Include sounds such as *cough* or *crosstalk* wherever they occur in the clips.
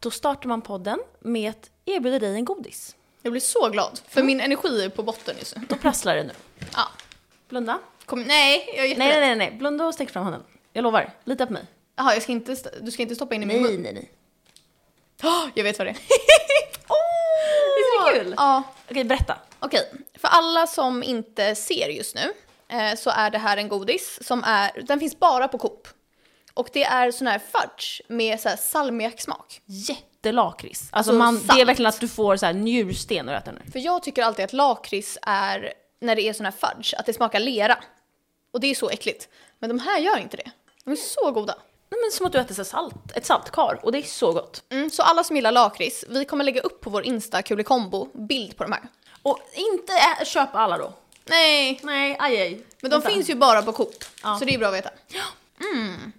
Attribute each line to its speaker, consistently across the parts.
Speaker 1: Då startar man podden med att erbjuda dig en godis.
Speaker 2: Jag blir så glad,
Speaker 1: Mm.
Speaker 2: för min energi är på botten just nu.
Speaker 1: Då prasslar det nu.
Speaker 2: Ja.
Speaker 1: Blunda.
Speaker 2: Kom, nej, jag
Speaker 1: Nej,
Speaker 2: är
Speaker 1: nej,
Speaker 2: jätterädd.
Speaker 1: nej, nej. Blunda och sträck fram handen. Jag lovar. Lita på mig. Mm.
Speaker 2: Jaha, jag ska inte, st- du ska inte stoppa in i min mun?
Speaker 1: Nej, nej, nej.
Speaker 2: Åh,
Speaker 1: *laughs*
Speaker 2: jag vet vad det är.
Speaker 1: Visst är det kul?
Speaker 2: Ja.
Speaker 1: Okej, berätta.
Speaker 2: Okej, för alla som inte ser just nu eh, så är det här en godis som är, den finns bara på Coop. Och det är sån här fudge med så här salmiaksmak.
Speaker 1: Jättelakrits. Alltså,
Speaker 2: Alltså,
Speaker 1: man, det är
Speaker 2: salt.
Speaker 1: verkligen att du får så här njursten när du äter den. här.
Speaker 2: För jag tycker alltid att lakrits är, när det är sån här fudge, att det smakar lera. Och det är så äckligt. Men de här gör inte det. De är så goda.
Speaker 1: Nej, men som att du äter så här salt, ett saltkar och det är så gott.
Speaker 2: Mm, så alla som gillar lakrits, vi kommer lägga upp på vår Insta kulikombo bild på de här.
Speaker 1: Och inte ä- köpa alla då.
Speaker 2: Nej,
Speaker 1: Nej, aj, aj.
Speaker 2: men de
Speaker 1: Vänta.
Speaker 2: finns ju bara på Coop.
Speaker 1: Ja.
Speaker 2: Så det är bra att veta.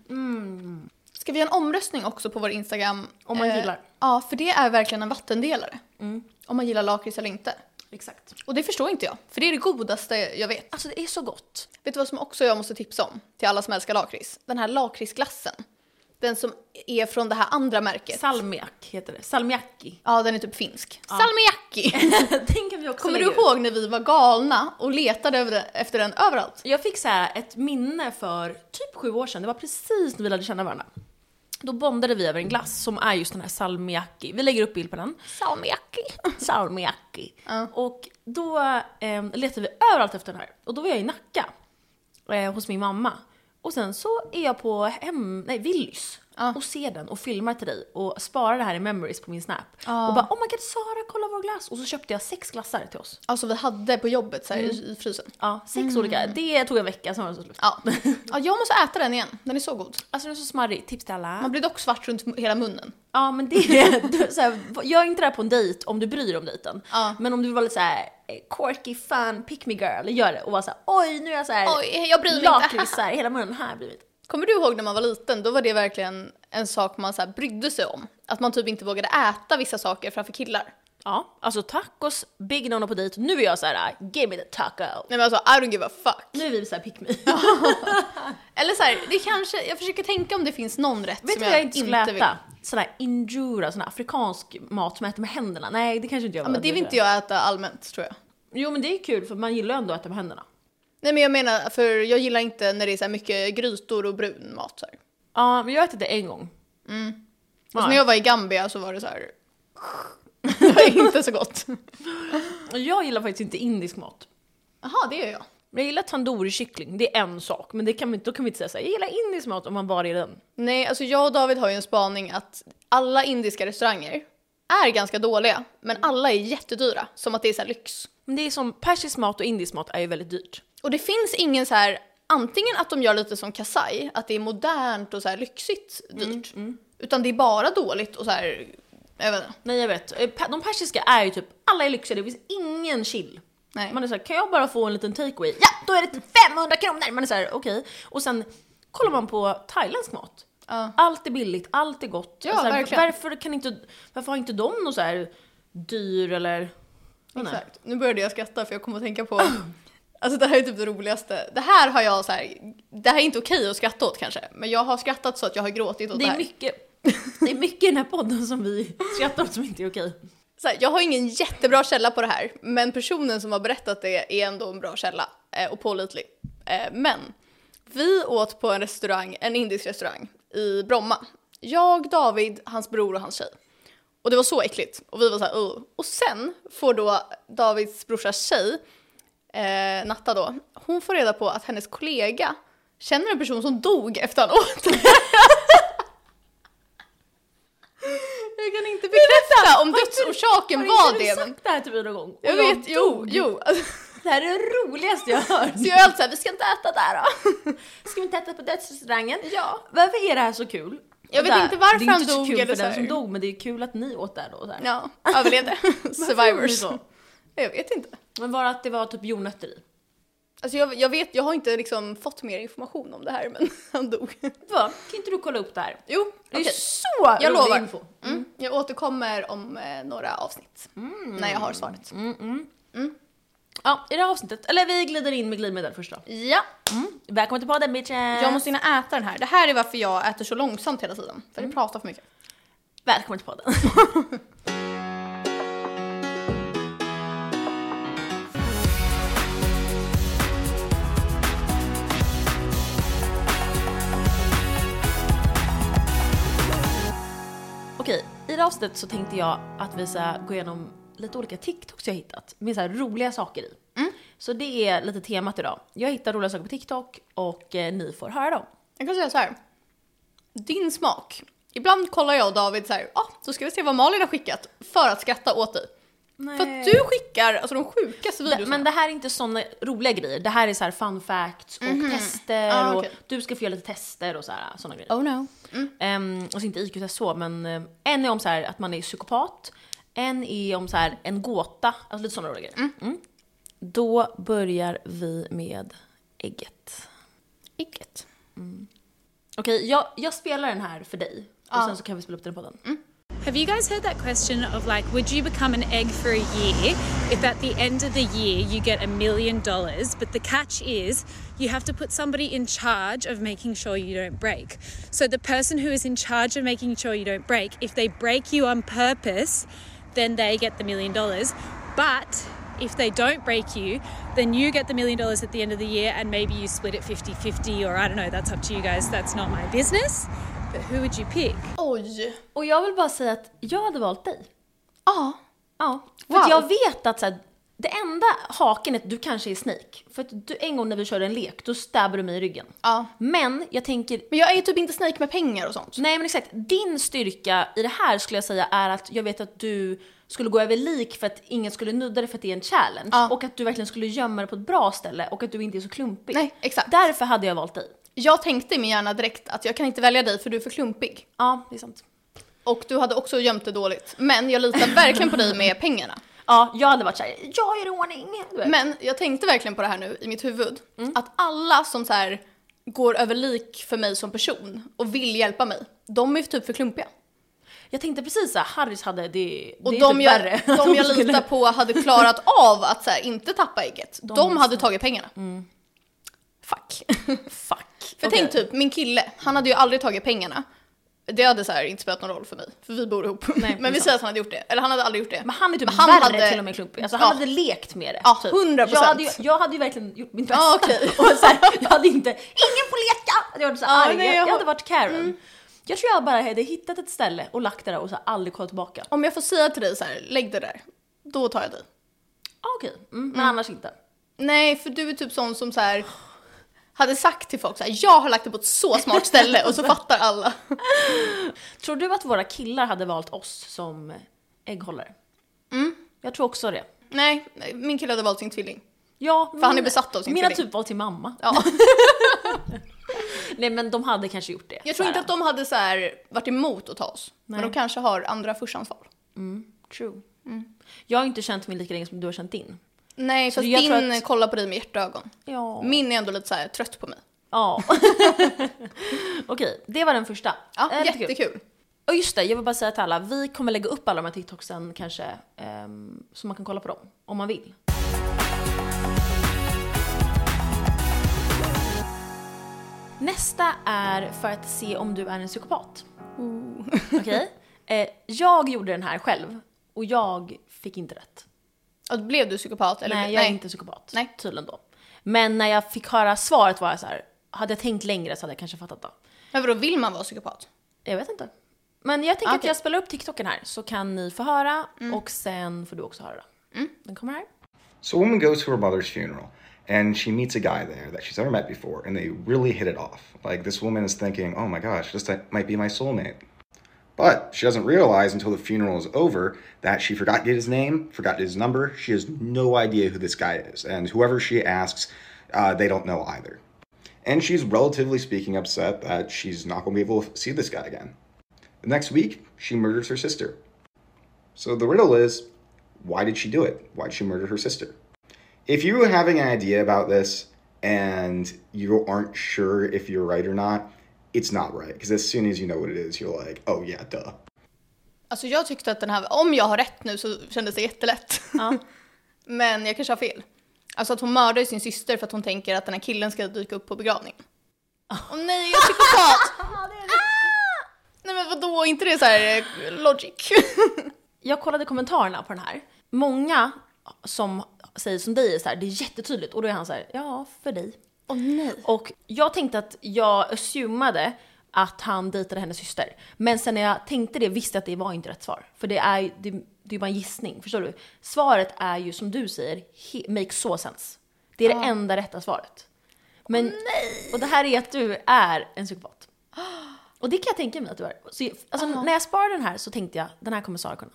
Speaker 2: Mm. Ska vi göra en omröstning också på vår Instagram?
Speaker 1: Om man
Speaker 2: Eh,
Speaker 1: gillar. Mm.
Speaker 2: Ja, för det är verkligen en vattendelare. Om man gillar lakrits eller inte.
Speaker 1: Exakt.
Speaker 2: Och det förstår inte jag, för det är det godaste jag vet.
Speaker 1: Alltså det är så gott.
Speaker 2: Vet du vad som också jag måste tipsa om till alla som älskar lakrits? Den här lakritsglassen. Den som är från det här andra märket.
Speaker 1: Salmiak heter det. *laughs* Salmiakki.
Speaker 2: ja, den är typ finsk. Salmiakki!
Speaker 1: Den kan vi också
Speaker 2: Kommer du
Speaker 1: lägga ut.
Speaker 2: ihåg när vi var galna och letade över den, efter den överallt?
Speaker 1: Jag fick så här ett minne för typ sju år sedan, det var precis när vi lärde känna varandra. Då bondade vi över en glass som är just den här salmiakki. Vi lägger upp bild på
Speaker 2: *laughs*
Speaker 1: den.
Speaker 2: Salmiakki.
Speaker 1: Salmiakki.
Speaker 2: Ja.
Speaker 1: Och då eh, letade vi överallt efter den här. Och då var jag i Nacka eh, hos min mamma. Och sen så är jag på hem, nej, Willys
Speaker 2: Ja.
Speaker 1: och ser den och filmar till dig och sparar det här i memories på min snap.
Speaker 2: Ja.
Speaker 1: Och bara oh my god Sara kolla vår glass! Och så köpte jag sex glassar till oss.
Speaker 2: Alltså vi hade på jobbet så här, i- i frysen.
Speaker 1: Ja, sex olika. Det tog en vecka, sen var det så slut.
Speaker 2: Mm. Ja.
Speaker 1: *laughs*
Speaker 2: ja, jag måste äta den igen. Den är så god.
Speaker 1: Alltså den är så smarrig, tips till alla.
Speaker 2: Man blir dock svart runt m- hela munnen.
Speaker 1: Ja men det är du, så här, gör inte det här på en dejt om du bryr dig om dejten.
Speaker 2: Ja.
Speaker 1: Men om du vill vara lite såhär quirky, fun, pick me girl, gör det och vara såhär oj nu är jag såhär
Speaker 2: Oj, jag bryr mig inte.
Speaker 1: lakritsar, hela munnen här blir mitt.
Speaker 2: Kommer du ihåg när man var liten? Då var det verkligen en sak man så här brydde sig om. Att man typ inte vågade äta vissa saker framför killar.
Speaker 1: Ja, alltså tacos, big no på dejt, nu är jag såhär give me the taco.
Speaker 2: Nej men alltså I don't give a fuck.
Speaker 1: Nu är vi såhär pick me.
Speaker 2: Eller så här, det kanske, jag försöker tänka om det finns någon rätt
Speaker 1: Vet du
Speaker 2: som
Speaker 1: vad jag inte skulle
Speaker 2: vill.
Speaker 1: äta? Sån där injura, sån där afrikansk mat som äter med händerna. Nej det kanske inte jag
Speaker 2: Ja, men det vill inte jag äta allmänt tror jag.
Speaker 1: Jo men det är kul för man gillar ju ändå att äta med händerna.
Speaker 2: Nej men jag menar, för jag gillar inte när det är så här mycket grytor och brun mat. Så här.
Speaker 1: Ja men jag har ätit det en gång.
Speaker 2: Alltså,
Speaker 1: Ja.
Speaker 2: när jag var i Gambia så var det så här. *laughs* det var inte så gott.
Speaker 1: Och jag gillar faktiskt inte indisk mat.
Speaker 2: Jaha, det gör jag.
Speaker 1: Men jag gillar tandoori-kyckling, det är en sak. Men det kan, vi inte- då kan vi inte säga såhär, jag gillar indisk mat om man bara är den.
Speaker 2: Nej, alltså jag och David har ju en spaning att alla indiska restauranger är ganska dåliga, men alla är jättedyra. Som att det är så här lyx.
Speaker 1: Men det är som persisk mat och indisk mat är ju väldigt dyrt.
Speaker 2: Och det finns ingen så här, antingen att de gör lite som Kasai, att det är modernt och så här lyxigt dyrt. Utan det är bara dåligt och så här, jag vet inte.
Speaker 1: Nej jag vet, Eh, pe- de persiska är ju typ, alla är lyxiga, det finns ingen chill.
Speaker 2: Nej.
Speaker 1: Man är såhär, kan jag bara få en liten takeaway? Ja, då är det typ 500 kronor! Man är såhär, okej. Och sen kollar man på thailändsk mat.
Speaker 2: Ja.
Speaker 1: Allt är billigt, allt är gott.
Speaker 2: Ja,
Speaker 1: Så här,
Speaker 2: verkligen.
Speaker 1: Varför, kan inte, varför har inte de någon så här dyr eller... Jag vet inte.
Speaker 2: Exakt. Nu började jag skratta för jag kom att tänka på *clears throat* Alltså det här är typ det roligaste. Det här har jag så här, det här är inte okej att skratta åt kanske, men jag har skrattat så att jag har gråtit åt det,
Speaker 1: Det är
Speaker 2: här.
Speaker 1: mycket, det är mycket i den här podden som vi skrattar åt som inte är okej.
Speaker 2: Så här, jag har ingen jättebra källa på det här, men personen som har berättat det är ändå en bra källa eh, och pålitlig. Eh, Men vi åt på en restaurang, en indisk restaurang i Bromma. Jag, David, hans bror och hans tjej. Och det var så äckligt och vi var så här, "Ugh." Och sen får då Davids brorsas tjej, eh, Natta då, hon får reda på att hennes kollega känner en person som dog efter han åt *laughs* det. Jag kan inte bekräfta om dödsorsaken
Speaker 1: Har
Speaker 2: var
Speaker 1: inte
Speaker 2: det.
Speaker 1: du
Speaker 2: Men
Speaker 1: sagt det här till mig någon gång? Och
Speaker 2: jag vet, jo,
Speaker 1: dog.
Speaker 2: jo.
Speaker 1: Det här är det roligaste jag har hört.
Speaker 2: Så jag är alltid såhär, vi ska inte äta där då.
Speaker 1: Ska vi inte äta på dödsrestaurangen?
Speaker 2: *laughs* Ja.
Speaker 1: Varför är det här så kul?
Speaker 2: Jag vet
Speaker 1: Det här-
Speaker 2: inte varför
Speaker 1: det är
Speaker 2: han
Speaker 1: inte så
Speaker 2: dog
Speaker 1: kul
Speaker 2: eller
Speaker 1: för
Speaker 2: så
Speaker 1: den
Speaker 2: här.
Speaker 1: som dog men det är kul att ni åt där då. Så här.
Speaker 2: Ja, *laughs* överlevde.
Speaker 1: gjorde ni
Speaker 2: Survivors.
Speaker 1: så?
Speaker 2: Jag vet inte.
Speaker 1: Men bara att det var typ jordnötter i.
Speaker 2: Alltså jag, jag vet, jag har inte liksom fått mer information om det här men *laughs* han dog.
Speaker 1: Va? Kan inte du kolla upp det här?
Speaker 2: Jo,
Speaker 1: Det är
Speaker 2: okej.
Speaker 1: så
Speaker 2: Jag
Speaker 1: rolig
Speaker 2: lovar.
Speaker 1: info.
Speaker 2: Mm. Jag återkommer om eh, några avsnitt när jag har svaret.
Speaker 1: Mm, Ja, i det här avsnittet, eller vi glider in med glidmedel först då.
Speaker 2: Ja,
Speaker 1: Välkommen till podden bitches!
Speaker 2: Mm. jag måste hinna äta den här. Det här är varför jag äter så långsamt hela tiden. För det pratar för mycket.
Speaker 1: Välkommen till podden. *laughs* Okej, i det här avsnittet så tänkte jag att vi så här går igenom lite olika TikToks jag hittat med så här roliga saker i. Så det är lite temat idag. Jag hittar roliga saker på TikTok och eh, ni får höra dem.
Speaker 2: Jag kan säga så här. Din smak. Ibland kollar jag och David så här, ah, då ska vi se vad Malin har skickat för att skratta åt dig. För att du skickar alltså de sjukaste
Speaker 1: Det-
Speaker 2: videorna.
Speaker 1: Men det här är inte såna roliga grejer. Det här är så här fun facts och tester
Speaker 2: Ah,
Speaker 1: och
Speaker 2: okej.
Speaker 1: du ska få göra lite tester och så här, såna grejer.
Speaker 2: Oh no.
Speaker 1: Ehm, alltså inte IQ-test så, men eh, en är om så här att man är psykopat. En är om så här en gåta, alltså lite såna roliga grejer. Mm. Då börjar vi med ägget. Mm.
Speaker 2: Vilket?
Speaker 1: Okej, jag, jag spelar den här för dig och sen så kan vi spela upp den på den.
Speaker 3: Have you guys heard that question of like, would you become an egg for a year if at the end of the year you get a million dollars? But the catch is you have to put somebody in charge of making sure you don't break. So the person who is in charge of making sure you don't break, if they break you on purpose, then they get the million dollars. But if they don't break you, then you get the million dollars at the end of the year and maybe you split it 50 50 or I don't know, that's up to you guys. That's not my business. But who would you pick?
Speaker 2: Oj.
Speaker 1: Och jag vill bara säga att jag hade valt dig.
Speaker 2: Ja.
Speaker 1: Ja, för
Speaker 2: Wow.
Speaker 1: att jag vet att så här, det enda haken är att du kanske är snake. För att du, en gång när vi körde en lek, då stabbade du mig i ryggen.
Speaker 2: Ja.
Speaker 1: Men jag tänker,
Speaker 2: Men jag är ju typ inte snake med pengar och sånt.
Speaker 1: nej men exakt, din styrka i det här skulle jag säga är att jag vet att du skulle gå över lik för att ingen skulle nudda dig för att det är en challenge.
Speaker 2: Ja.
Speaker 1: Och att du verkligen skulle gömma dig på ett bra ställe och att du inte är så klumpig.
Speaker 2: Nej, exakt.
Speaker 1: Därför hade jag valt dig.
Speaker 2: Jag tänkte i min hjärna direkt att jag kan inte välja dig för du är för klumpig.
Speaker 1: Ja, det är sant.
Speaker 2: Och du hade också gömt det dåligt. Men jag litar verkligen på
Speaker 1: *laughs*
Speaker 2: dig med pengarna.
Speaker 1: Ja, jag hade varit såhär, jag gör i ordning. Du vet.
Speaker 2: Men jag tänkte verkligen på det här nu i mitt huvud.
Speaker 1: Mm.
Speaker 2: Att alla som så här går över lik för mig som person och vill hjälpa mig, de är typ för klumpiga.
Speaker 1: jag tänkte precis såhär, Harris hade det,
Speaker 2: Och
Speaker 1: det är
Speaker 2: de,
Speaker 1: typ *laughs*
Speaker 2: jag,
Speaker 1: värre.
Speaker 2: de jag litar på hade klarat av att så här, inte tappa ägget, de, hade tagit pengarna. Fuck.
Speaker 1: *laughs* Fuck.
Speaker 2: För
Speaker 1: Okej.
Speaker 2: tänk typ, min kille, han hade ju aldrig tagit pengarna. Det hade så här inte spelat någon roll för mig, för vi bor ihop.
Speaker 1: det är
Speaker 2: *laughs* Men vi
Speaker 1: sant.
Speaker 2: säger att han hade gjort det, eller han hade aldrig gjort det.
Speaker 1: Men han är typ
Speaker 2: Men han
Speaker 1: värre
Speaker 2: hade-
Speaker 1: till och med klumpig. Alltså han
Speaker 2: Ja.
Speaker 1: hade lekt med det. Typ.
Speaker 2: Ja, 100%.
Speaker 1: Jag hade, ju, jag hade ju verkligen gjort mitt bästa.
Speaker 2: Ja, okej.
Speaker 1: *laughs* och så här, jag hade inte, ingen får leka! Jag hade varit så
Speaker 2: Ja,
Speaker 1: arg.
Speaker 2: nej,
Speaker 1: jag,
Speaker 2: jag Mm.
Speaker 1: jag
Speaker 2: har-
Speaker 1: hade varit Karen. Jag tror jag bara hade hittat ett ställe och lagt det där och så här, aldrig kollat tillbaka.
Speaker 2: Om jag får säga till dig så här, lägg det där, då tar jag dig.
Speaker 1: Ah, okej, mm, men annars inte.
Speaker 2: Nej, för du är typ sån som så här hade sagt till folk så här, jag har lagt det på ett så smart ställe
Speaker 1: *laughs*
Speaker 2: och så fattar alla.
Speaker 1: Tror du att våra killar hade valt oss som eh, ägghållare?
Speaker 2: Mm.
Speaker 1: Jag tror också det.
Speaker 2: Nej, min kille hade valt sin tvilling.
Speaker 1: Ja, min,
Speaker 2: han är besatt av sin
Speaker 1: Mina
Speaker 2: tvilling.
Speaker 1: typ valt till mamma.
Speaker 2: Ja.
Speaker 1: *laughs* Nej men de hade kanske gjort det.
Speaker 2: Jag tror
Speaker 1: Så
Speaker 2: inte
Speaker 1: här,
Speaker 2: att de hade så här varit emot att ta oss, men de kanske har andra förstahandsval.
Speaker 1: True. Mm. Jag har inte känt min lika länge som du har känt din.
Speaker 2: Nej, fast
Speaker 1: jag tror
Speaker 2: din
Speaker 1: att-
Speaker 2: kollar på dig med hjärtögon.
Speaker 1: Ja.
Speaker 2: Min är ändå lite så här trött på mig.
Speaker 1: Ja. *laughs* Okej, det var den första.
Speaker 2: Ja,
Speaker 1: Eh, lite kul.
Speaker 2: jättekul.
Speaker 1: Och just det, jag vill bara säga till alla, vi kommer lägga upp alla de här TikToksen kanske, ehm, så man kan kolla på dem om man vill. Nästa är för att se om du är en psykopat. Okej? Eh, jag gjorde den här själv och jag fick inte rätt.
Speaker 2: Ja, Blev du psykopat? Eller
Speaker 1: Nej, jag är inte psykopat.
Speaker 2: Nej.
Speaker 1: Tydligen då. Men när jag fick höra svaret var jag så här, hade jag tänkt längre så hade jag kanske fattat det.
Speaker 2: Men vadå, vill man vara psykopat?
Speaker 1: Jag vet inte. Men jag tänker att
Speaker 2: Ah, Okej. Mm.
Speaker 1: jag spelar upp TikToken här så kan ni få höra och sen får du också höra. Den kommer här.
Speaker 4: So a woman goes to her mother's funeral and she meets a guy there that she's never met before and they really hit it off. Like this woman is thinking, oh my gosh, this might be my soulmate. But she doesn't realize until the funeral is over that she forgot his name, forgot his number. She has no idea who this guy is. And whoever she asks, uh, they don't know either. And she's relatively speaking upset that she's not going to be able to see this guy again. The next week, she murders her sister. So the riddle is why did she do it? Why did she murder her sister? If you are having an idea about this and you aren't sure if you're right or not, it's not right. Because as soon as you know what it is, you're like, oh yeah, duh.
Speaker 2: Alltså jag tyckte att den här, om jag har rätt nu så kändes det jättelätt. *laughs* Men jag kanske har fel. Alltså att hon mördar ju sin syster för att hon tänker att den
Speaker 1: *laughs*
Speaker 2: här killen ska dyka upp på begravningen. Åh nej, jag är psykopat! Ah! Nej men vadå, inte det så här eh, logic?
Speaker 1: Jag kollade kommentarerna på den här. Många som säger som dig är så här, det är jättetydligt. Och då är han så här, ja, för dig.
Speaker 2: Åh nej.
Speaker 1: Och jag tänkte att jag assumade att han dejtade hennes syster. Men sen när jag tänkte det visste jag att det var inte rätt svar. För det är ju det, det är bara en gissning, förstår du? Svaret är ju som du säger, he, make so sense. Det är det enda rätta svaret. Men, Och det här är att du är en psykopat. Och det kan jag tänka mig att du är. Så, alltså, När jag sparade den här så tänkte jag, den här kommer Sara kunna.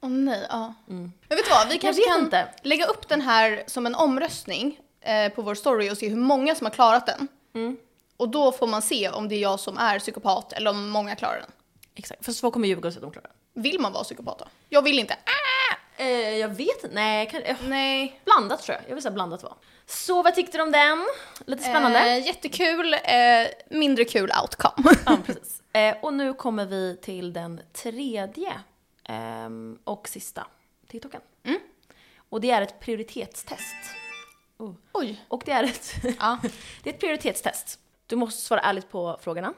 Speaker 2: Åh nej, ja. Men vet du vad, vi kanske
Speaker 1: Mm. vet
Speaker 2: kan
Speaker 1: inte.
Speaker 2: lägga upp den här som en omröstning eh, på vår story och se hur många som har klarat den.
Speaker 1: Mm.
Speaker 2: Och då får man se om det är jag som är psykopat eller om många klarar den.
Speaker 1: Exakt. För så kommer ljuga och säga att de klarar
Speaker 2: Vill man vara psykopat då? Jag vill inte. Ah!
Speaker 1: eh, Jag vet inte, nej. Kan, eh,
Speaker 2: Nej.
Speaker 1: Blandat tror jag, jag vill säga blandat var. Så vad tyckte du om den? Lite spännande.
Speaker 2: Eh, jättekul, eh, mindre kul outcome.
Speaker 1: *laughs* Ja, precis. Eh, och nu kommer vi till den tredje ehm, och sista TikToken. Och det är ett prioritetstest.
Speaker 2: Oj.
Speaker 1: Och det är ett, *laughs*
Speaker 2: Ja.
Speaker 1: det är ett prioritetstest. Du måste svara ärligt på frågorna.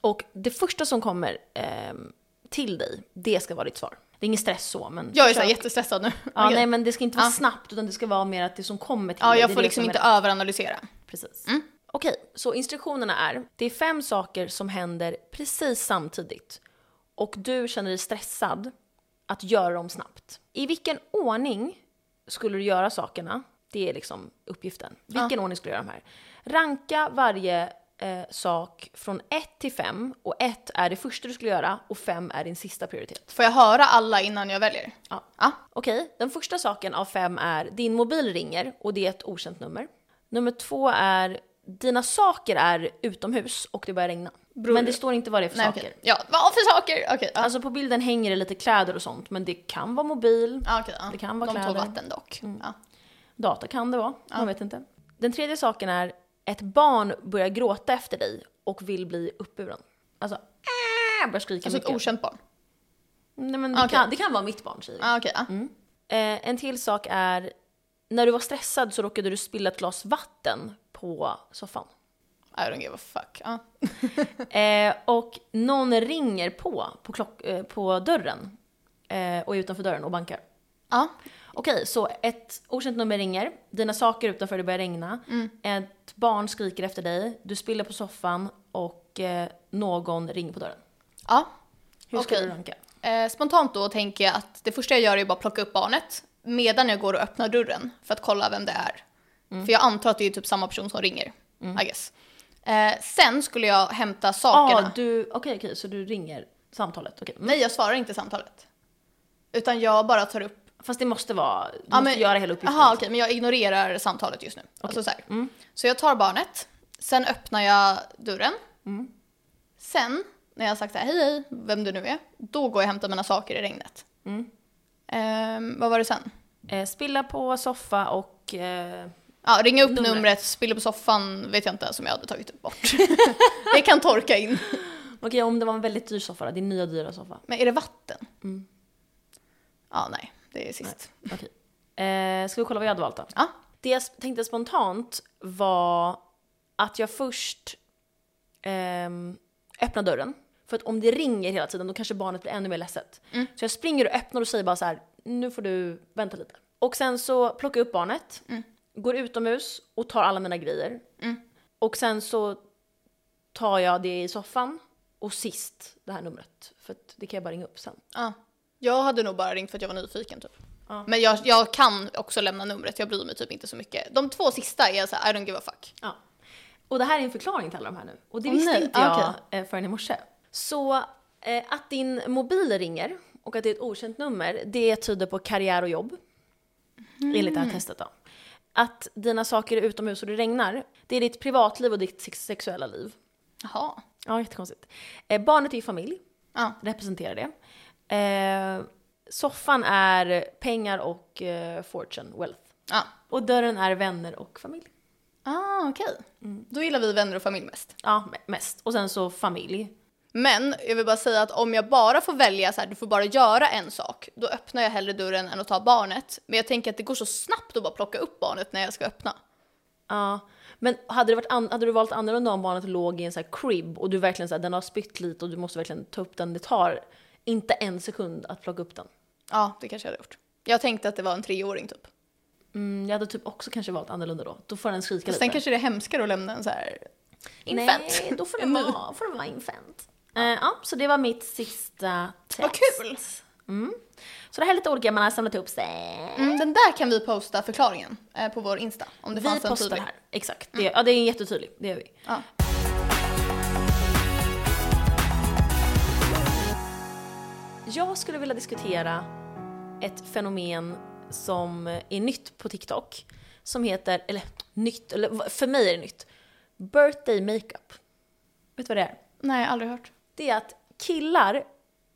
Speaker 1: Och det första som kommer ehm, till dig, det ska vara ditt svar. Det är ingen stress så, men...
Speaker 2: Jag är så
Speaker 1: försök.
Speaker 2: här jättestressad nu.
Speaker 1: Ja,
Speaker 2: Okej.
Speaker 1: nej men det ska inte vara
Speaker 2: Ja.
Speaker 1: snabbt utan det ska vara mer att det som kommer till
Speaker 2: ja
Speaker 1: dig,
Speaker 2: jag
Speaker 1: det är
Speaker 2: får
Speaker 1: det
Speaker 2: liksom
Speaker 1: som är
Speaker 2: inte Mm.
Speaker 1: rätt.
Speaker 2: överanalysera.
Speaker 1: Precis. Okej, så instruktionerna är. Det är fem saker som händer precis samtidigt och du känner dig stressad att göra dem snabbt. I vilken ordning skulle du göra sakerna? Det är liksom uppgiften. Vilken ordning skulle du göra de här? Ranka varje eh, sak från 1 till 5 och 1 är det första du skulle göra och 5 är din sista prioritet.
Speaker 2: Får jag höra alla innan jag väljer?
Speaker 1: Ja.
Speaker 2: Ja.
Speaker 1: Okej, den första saken av fem är din mobil ringer och det är ett okänt nummer. Nummer två är dina saker är utomhus och det börjar regna. men det står inte vad det är för
Speaker 2: Nej,
Speaker 1: saker.
Speaker 2: okej. Ja, vad för saker? Okej. ja.
Speaker 1: Alltså på bilden hänger det lite kläder och sånt men det kan vara mobil,
Speaker 2: Ja, okej, ja.
Speaker 1: det kan vara
Speaker 2: De tål
Speaker 1: kläder. Mm.
Speaker 2: vatten dock. Ja.
Speaker 1: data kan det vara, man vet inte. Den tredje saken är ett barn börjar gråta efter dig och vill bli uppburen. Alltså äh, börjar skrika
Speaker 2: Alltså ett
Speaker 1: mycket.
Speaker 2: okänt barn.
Speaker 1: Nej, men det,
Speaker 2: Okej.
Speaker 1: kan, det kan vara mitt barn säger vi.
Speaker 2: Ah, okej, ja.
Speaker 1: Eh, en till sak är, när du var stressad så råkade du spilla ett glas vatten på soffan.
Speaker 2: I don't give a fuck. Ja.
Speaker 1: Eh, och någon ringer på, på, klock, eh, på dörren eh, och är utanför dörren och bankar.
Speaker 2: Ja.
Speaker 1: Okej, så ett okänt nummer ringer, dina saker är utanför, det börjar regna, ett barn skriker efter dig, du spiller på soffan och eh, någon ringer på dörren.
Speaker 2: Ja.
Speaker 1: Hur skulle
Speaker 2: Okej.
Speaker 1: du ranka?
Speaker 2: Eh, spontant då tänker jag att det första jag gör är bara plocka upp barnet medan jag går och öppnar dörren för att kolla vem det är.
Speaker 1: Mm.
Speaker 2: För jag antar att det är typ samma person som ringer. I guess. Eh, sen skulle jag hämta sakerna.
Speaker 1: Ah, du, okej, okej, så du ringer samtalet. Okej. Mm.
Speaker 2: Nej, jag svarar inte samtalet. Utan jag bara tar upp...
Speaker 1: Fast det måste vara, du
Speaker 2: Ja,
Speaker 1: måste göra hela uppgiften. Mm.
Speaker 2: Jaha, okej, men jag ignorerar samtalet just nu. Alltså så, här. så jag tar barnet, sen öppnar jag dörren.
Speaker 1: Mm.
Speaker 2: Sen, när jag har sagt så här, hej hej, vem du nu är, då går jag och hämtar mina saker i regnet.
Speaker 1: Mm.
Speaker 2: Ehm, vad var det sen?
Speaker 1: Eh, spilla på soffa och... Eh,
Speaker 2: Ja, ringa upp
Speaker 1: Numret.
Speaker 2: numret, spilla på soffan vet jag inte som jag hade tagit bort. *laughs* det kan torka in.
Speaker 1: Okej, om det var en väldigt dyr soffa då, din nya dyra soffa.
Speaker 2: Men är det vatten?
Speaker 1: Mm.
Speaker 2: Ja, nej, det är sist.
Speaker 1: Okej. Eh, ska vi kolla vad jag hade valt då?
Speaker 2: Ja.
Speaker 1: Det jag sp- tänkte spontant var att jag först ehm, öppnar dörren. För att om det ringer hela tiden då kanske barnet blir ännu mer ledset. Så jag springer och öppnar och säger bara så här: nu får du vänta lite. Och sen så plockar jag upp barnet, går utomhus och tar alla mina grejer. Och sen så tar jag det i soffan och sist det här numret. För att det kan jag bara ringa upp sen.
Speaker 2: Ja. Jag hade nog bara ringt för att jag var nyfiken typ. Men jag, jag kan också lämna numret, jag bryr mig typ inte så mycket. De två sista är så här, I don't give a fuck.
Speaker 1: Ja. Och det här är en förklaring till alla de här nu. Och det
Speaker 2: Åh,
Speaker 1: visste
Speaker 2: nej.
Speaker 1: inte
Speaker 2: Ah,
Speaker 1: jag eh, förrän i morse. Så eh, att din mobil ringer och att det är ett okänt nummer, det tyder på karriär och jobb.
Speaker 2: Mm.
Speaker 1: Enligt det här testet då. Att dina saker är utomhus och det regnar, det är ditt privatliv och ditt sex- sexuella liv.
Speaker 2: Jaha.
Speaker 1: Ja, jättekonstigt. Eh, barnet är ju familj,
Speaker 2: Ja.
Speaker 1: representerar det. Eh, soffan är pengar och eh, fortune, wealth.
Speaker 2: Ja.
Speaker 1: Och dörren är vänner och familj.
Speaker 2: Ah, okej. Då gillar vi vänner och familj mest.
Speaker 1: Ja, me- mest. Och sen så familj,
Speaker 2: Men jag vill bara säga att om jag bara får välja så här, du får bara göra en sak, då öppnar jag hellre dörren än att ta barnet. Men jag tänker att det går så snabbt att bara plocka upp barnet när jag ska öppna.
Speaker 1: Ja, Men hade, det varit an- hade du valt annorlunda om barnet låg i en så här crib och du verkligen så här, den har spytt lite och du måste verkligen ta upp den. Det tar inte en sekund att plocka upp den.
Speaker 2: Ja, det kanske jag hade gjort. Jag tänkte att det var en treåring typ.
Speaker 1: Mm, jag hade typ också kanske valt annorlunda då. Då får den skrika
Speaker 2: Fast
Speaker 1: lite.
Speaker 2: sen kanske det är hemskare att lämna en så här infant.
Speaker 1: Nej, *laughs* då får
Speaker 2: En
Speaker 1: den
Speaker 2: ny.
Speaker 1: vara, får den vara infant. Ja. ja, så det var mitt sista test.
Speaker 2: Vad kul!
Speaker 1: Mm. Så det här är lite olika man har samlat ihop sig.
Speaker 2: Mm. Den där kan vi posta förklaringen eh, på vår Insta om det
Speaker 1: Vi
Speaker 2: fanns en
Speaker 1: postar det
Speaker 2: tydlig.
Speaker 1: här. Exakt. Det, ja, det är jättetydligt. Det gör vi.
Speaker 2: Ja.
Speaker 1: Jag skulle vilja diskutera ett fenomen som är nytt på TikTok. Som heter, eller nytt, eller vad- för mig är det nytt. Birthday makeup. Vet du vad det är?
Speaker 2: Nej, aldrig hört.
Speaker 1: Det är att killar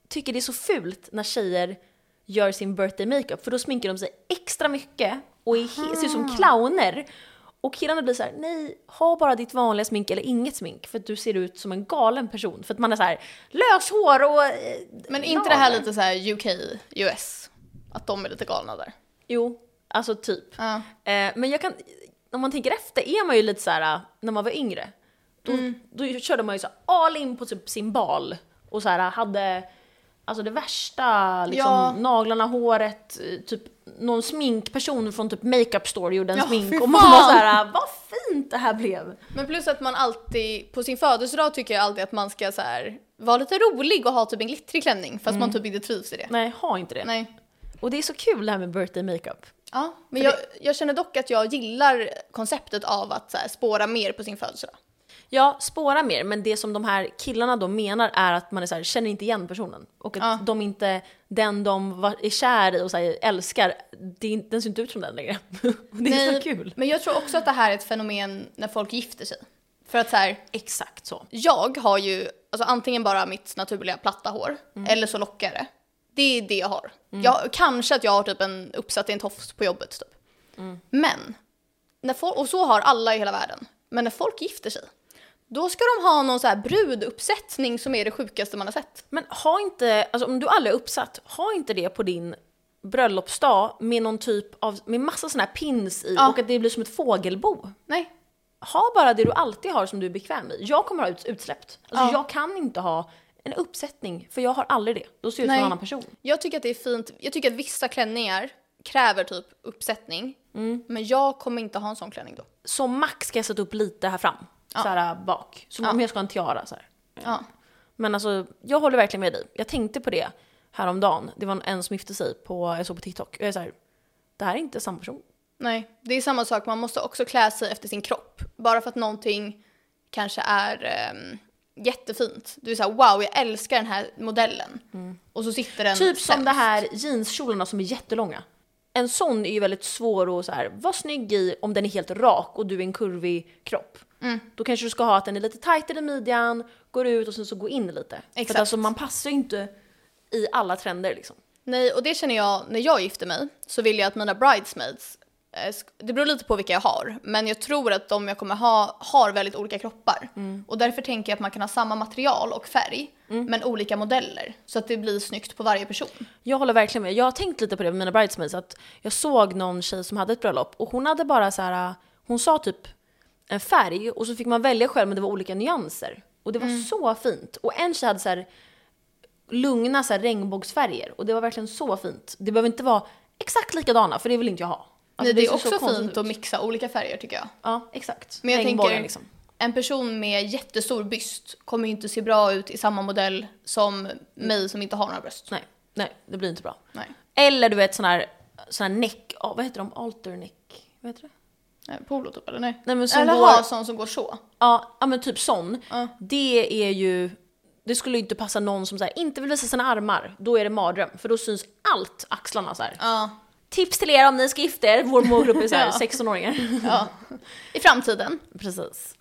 Speaker 1: tycker det är så fult när tjejer gör sin birthday makeup för då sminkar de sig extra mycket och är he- ser ut som clowner. Och killarna blir så här: nej, ha bara ditt vanliga smink eller inget smink för att du ser ut som en galen person. För att man är så här löshår och... eh,
Speaker 2: Men inte det här
Speaker 1: nager.
Speaker 2: lite så här UK, US? Att de är lite galna där.
Speaker 1: Jo, alltså typ.
Speaker 2: Ja.
Speaker 1: Eh, men jag kan, om man tänker efter är man ju lite så här ah, när man var yngre. Då,
Speaker 2: Mm.
Speaker 1: då körde man ju så här all in på typ sin bal och så här ah, hade alltså det värsta, liksom
Speaker 2: Ja.
Speaker 1: naglarna, håret, eh, typ någon sminkperson från typ makeup store gjorde en
Speaker 2: Ja, fy
Speaker 1: smink och man var
Speaker 2: fan.
Speaker 1: så här ah, vad fint det här blev.
Speaker 2: Men plus att man alltid, på sin födelsedag tycker jag alltid att man ska så här, vara lite rolig och ha typ en glittrig klänning fast man typ inte trivs i det.
Speaker 1: Nej, ha inte det.
Speaker 2: Nej.
Speaker 1: Och det är så kul det här med birthday makeup.
Speaker 2: Ja, men jag, jag känner dock att jag gillar konceptet av att så här, spåra mer på sin födelsedag.
Speaker 1: Ja, spåra mer, men det som de här killarna då menar är att man är så här, känner inte igen personen. Och att
Speaker 2: Ja.
Speaker 1: de inte, den de var, är kär i och så här, älskar, det, är inte- den ser inte ut som den längre. *laughs* Och det är så kul.
Speaker 2: Men jag tror också att det här är ett fenomen när folk gifter sig. För att så här,
Speaker 1: Exakt så.
Speaker 2: jag har ju alltså, antingen bara mitt naturliga platta hår eller så lockar det. Det är det jag har. Jag, kanske att jag har typ en uppsatt i en tofs på jobbet typ. Men, när folk, och så har alla i hela världen. Men när folk gifter sig, då ska de ha någon så här bruduppsättning som är det sjukaste man har sett.
Speaker 1: Men ha inte, alltså om du aldrig är uppsatt, ha inte det på din bröllopsdag med någon typ av, med massa sådana här pins i
Speaker 2: Ja.
Speaker 1: och att det blir som ett fågelbo.
Speaker 2: Nej,
Speaker 1: Ha bara det du alltid har som du är bekväm i. Jag kommer ha ut, utsläppt. Alltså jag kan inte ha en uppsättning, för jag har aldrig det. Då ser jag ut som en
Speaker 2: Nej.
Speaker 1: annan person.
Speaker 2: Jag tycker att det är fint. Jag tycker att vissa klänningar kräver typ uppsättning. Men jag kommer inte ha en sån klänning då.
Speaker 1: som max ska jag sätta upp lite här fram. Så här bak. Som om jag ska ha en tiara så här.
Speaker 2: Ja.
Speaker 1: Men alltså, jag håller verkligen med dig. Jag tänkte på det häromdagen. Det var en som gifte sig på, jag såg på TikTok. Jag är så här, det här är inte samma person.
Speaker 2: Nej, det är samma sak. Man måste också klä sig efter sin kropp. Bara för att någonting kanske är ehm, jättefint. Du är såhär wow, jag älskar den här modellen. Och så sitter den
Speaker 1: Mm. Typ som
Speaker 2: sämst.
Speaker 1: det här jeanskjolarna som är jättelånga. En sån är ju väldigt svår att så här, vara snygg i om den är helt rak och du är en kurvig kropp.
Speaker 2: Mm.
Speaker 1: Då kanske du ska ha att den är lite tajtare i midjan, går ut och sen så går in lite. För att
Speaker 2: Exakt.
Speaker 1: alltså, man passar ju inte i alla trender liksom.
Speaker 2: Nej, och det känner jag, när jag gifte mig så vill jag att mina bridesmaids, eh, sk- det beror lite på vilka jag har, men jag tror att de jag kommer ha har väldigt olika kroppar.
Speaker 1: Mm.
Speaker 2: Och därför tänker jag att man kan ha samma material och färg, men olika modeller. Så att det blir snyggt på varje person.
Speaker 1: Jag håller verkligen med. Jag har tänkt lite på det med mina bridesmaids. Att jag såg någon tjej som hade ett bröllop och hon hade bara så här. Hon sa typ en färg och så fick man välja själv men det var olika nyanser. Och det var
Speaker 2: Mm.
Speaker 1: så fint. Och en tjej hade så här lugna så här regnbågsfärger och det var verkligen så fint. Det behöver inte vara exakt likadana för det vill inte jag ha. Alltså,
Speaker 2: Nej, det är
Speaker 1: ser så
Speaker 2: också
Speaker 1: konstigt
Speaker 2: fint
Speaker 1: ut.
Speaker 2: att mixa olika färger tycker jag.
Speaker 1: Ja, exakt.
Speaker 2: Men jag
Speaker 1: Regnbågar,
Speaker 2: tänker,
Speaker 1: liksom.
Speaker 2: en person med jättestor byst kommer ju inte se bra ut i samma modell som mig som inte har några bröst.
Speaker 1: Nej, nej, det blir inte bra.
Speaker 2: Nej,
Speaker 1: Eller du vet sån här, sån här neck, ja, vad heter de? Alter neck? Vad heter det?
Speaker 2: Eh, polo typ eller nej?
Speaker 1: Nej, men som
Speaker 2: eller
Speaker 1: går-
Speaker 2: ha sån som går så.
Speaker 1: Ja, ja men typ sån. Det är ju, det skulle ju inte passa någon som så här, inte vill visa sina armar. Då är det mardröm, för då syns allt axlarna så här.
Speaker 2: Ja.
Speaker 1: Tips till er om ni ska gifta er, vår målgrupp är så
Speaker 2: *laughs*
Speaker 1: här 16-åringar.
Speaker 2: ja. I framtiden.
Speaker 1: Precis.